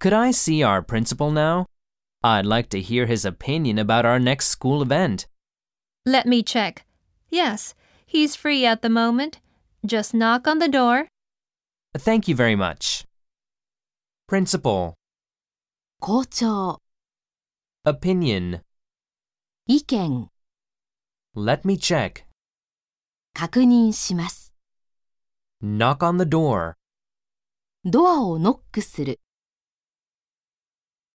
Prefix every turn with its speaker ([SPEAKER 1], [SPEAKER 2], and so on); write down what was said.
[SPEAKER 1] Could I see our principal now? I'd like to hear his opinion about our next school event.
[SPEAKER 2] Let me check. Yes, he's free at the moment. Just knock on the door.
[SPEAKER 1] Thank you very much. Principal,
[SPEAKER 3] 校長、
[SPEAKER 1] opinion,
[SPEAKER 3] 意見、
[SPEAKER 1] let me check.
[SPEAKER 3] 確認します。
[SPEAKER 1] Knock on the door.
[SPEAKER 3] ドアをノックする。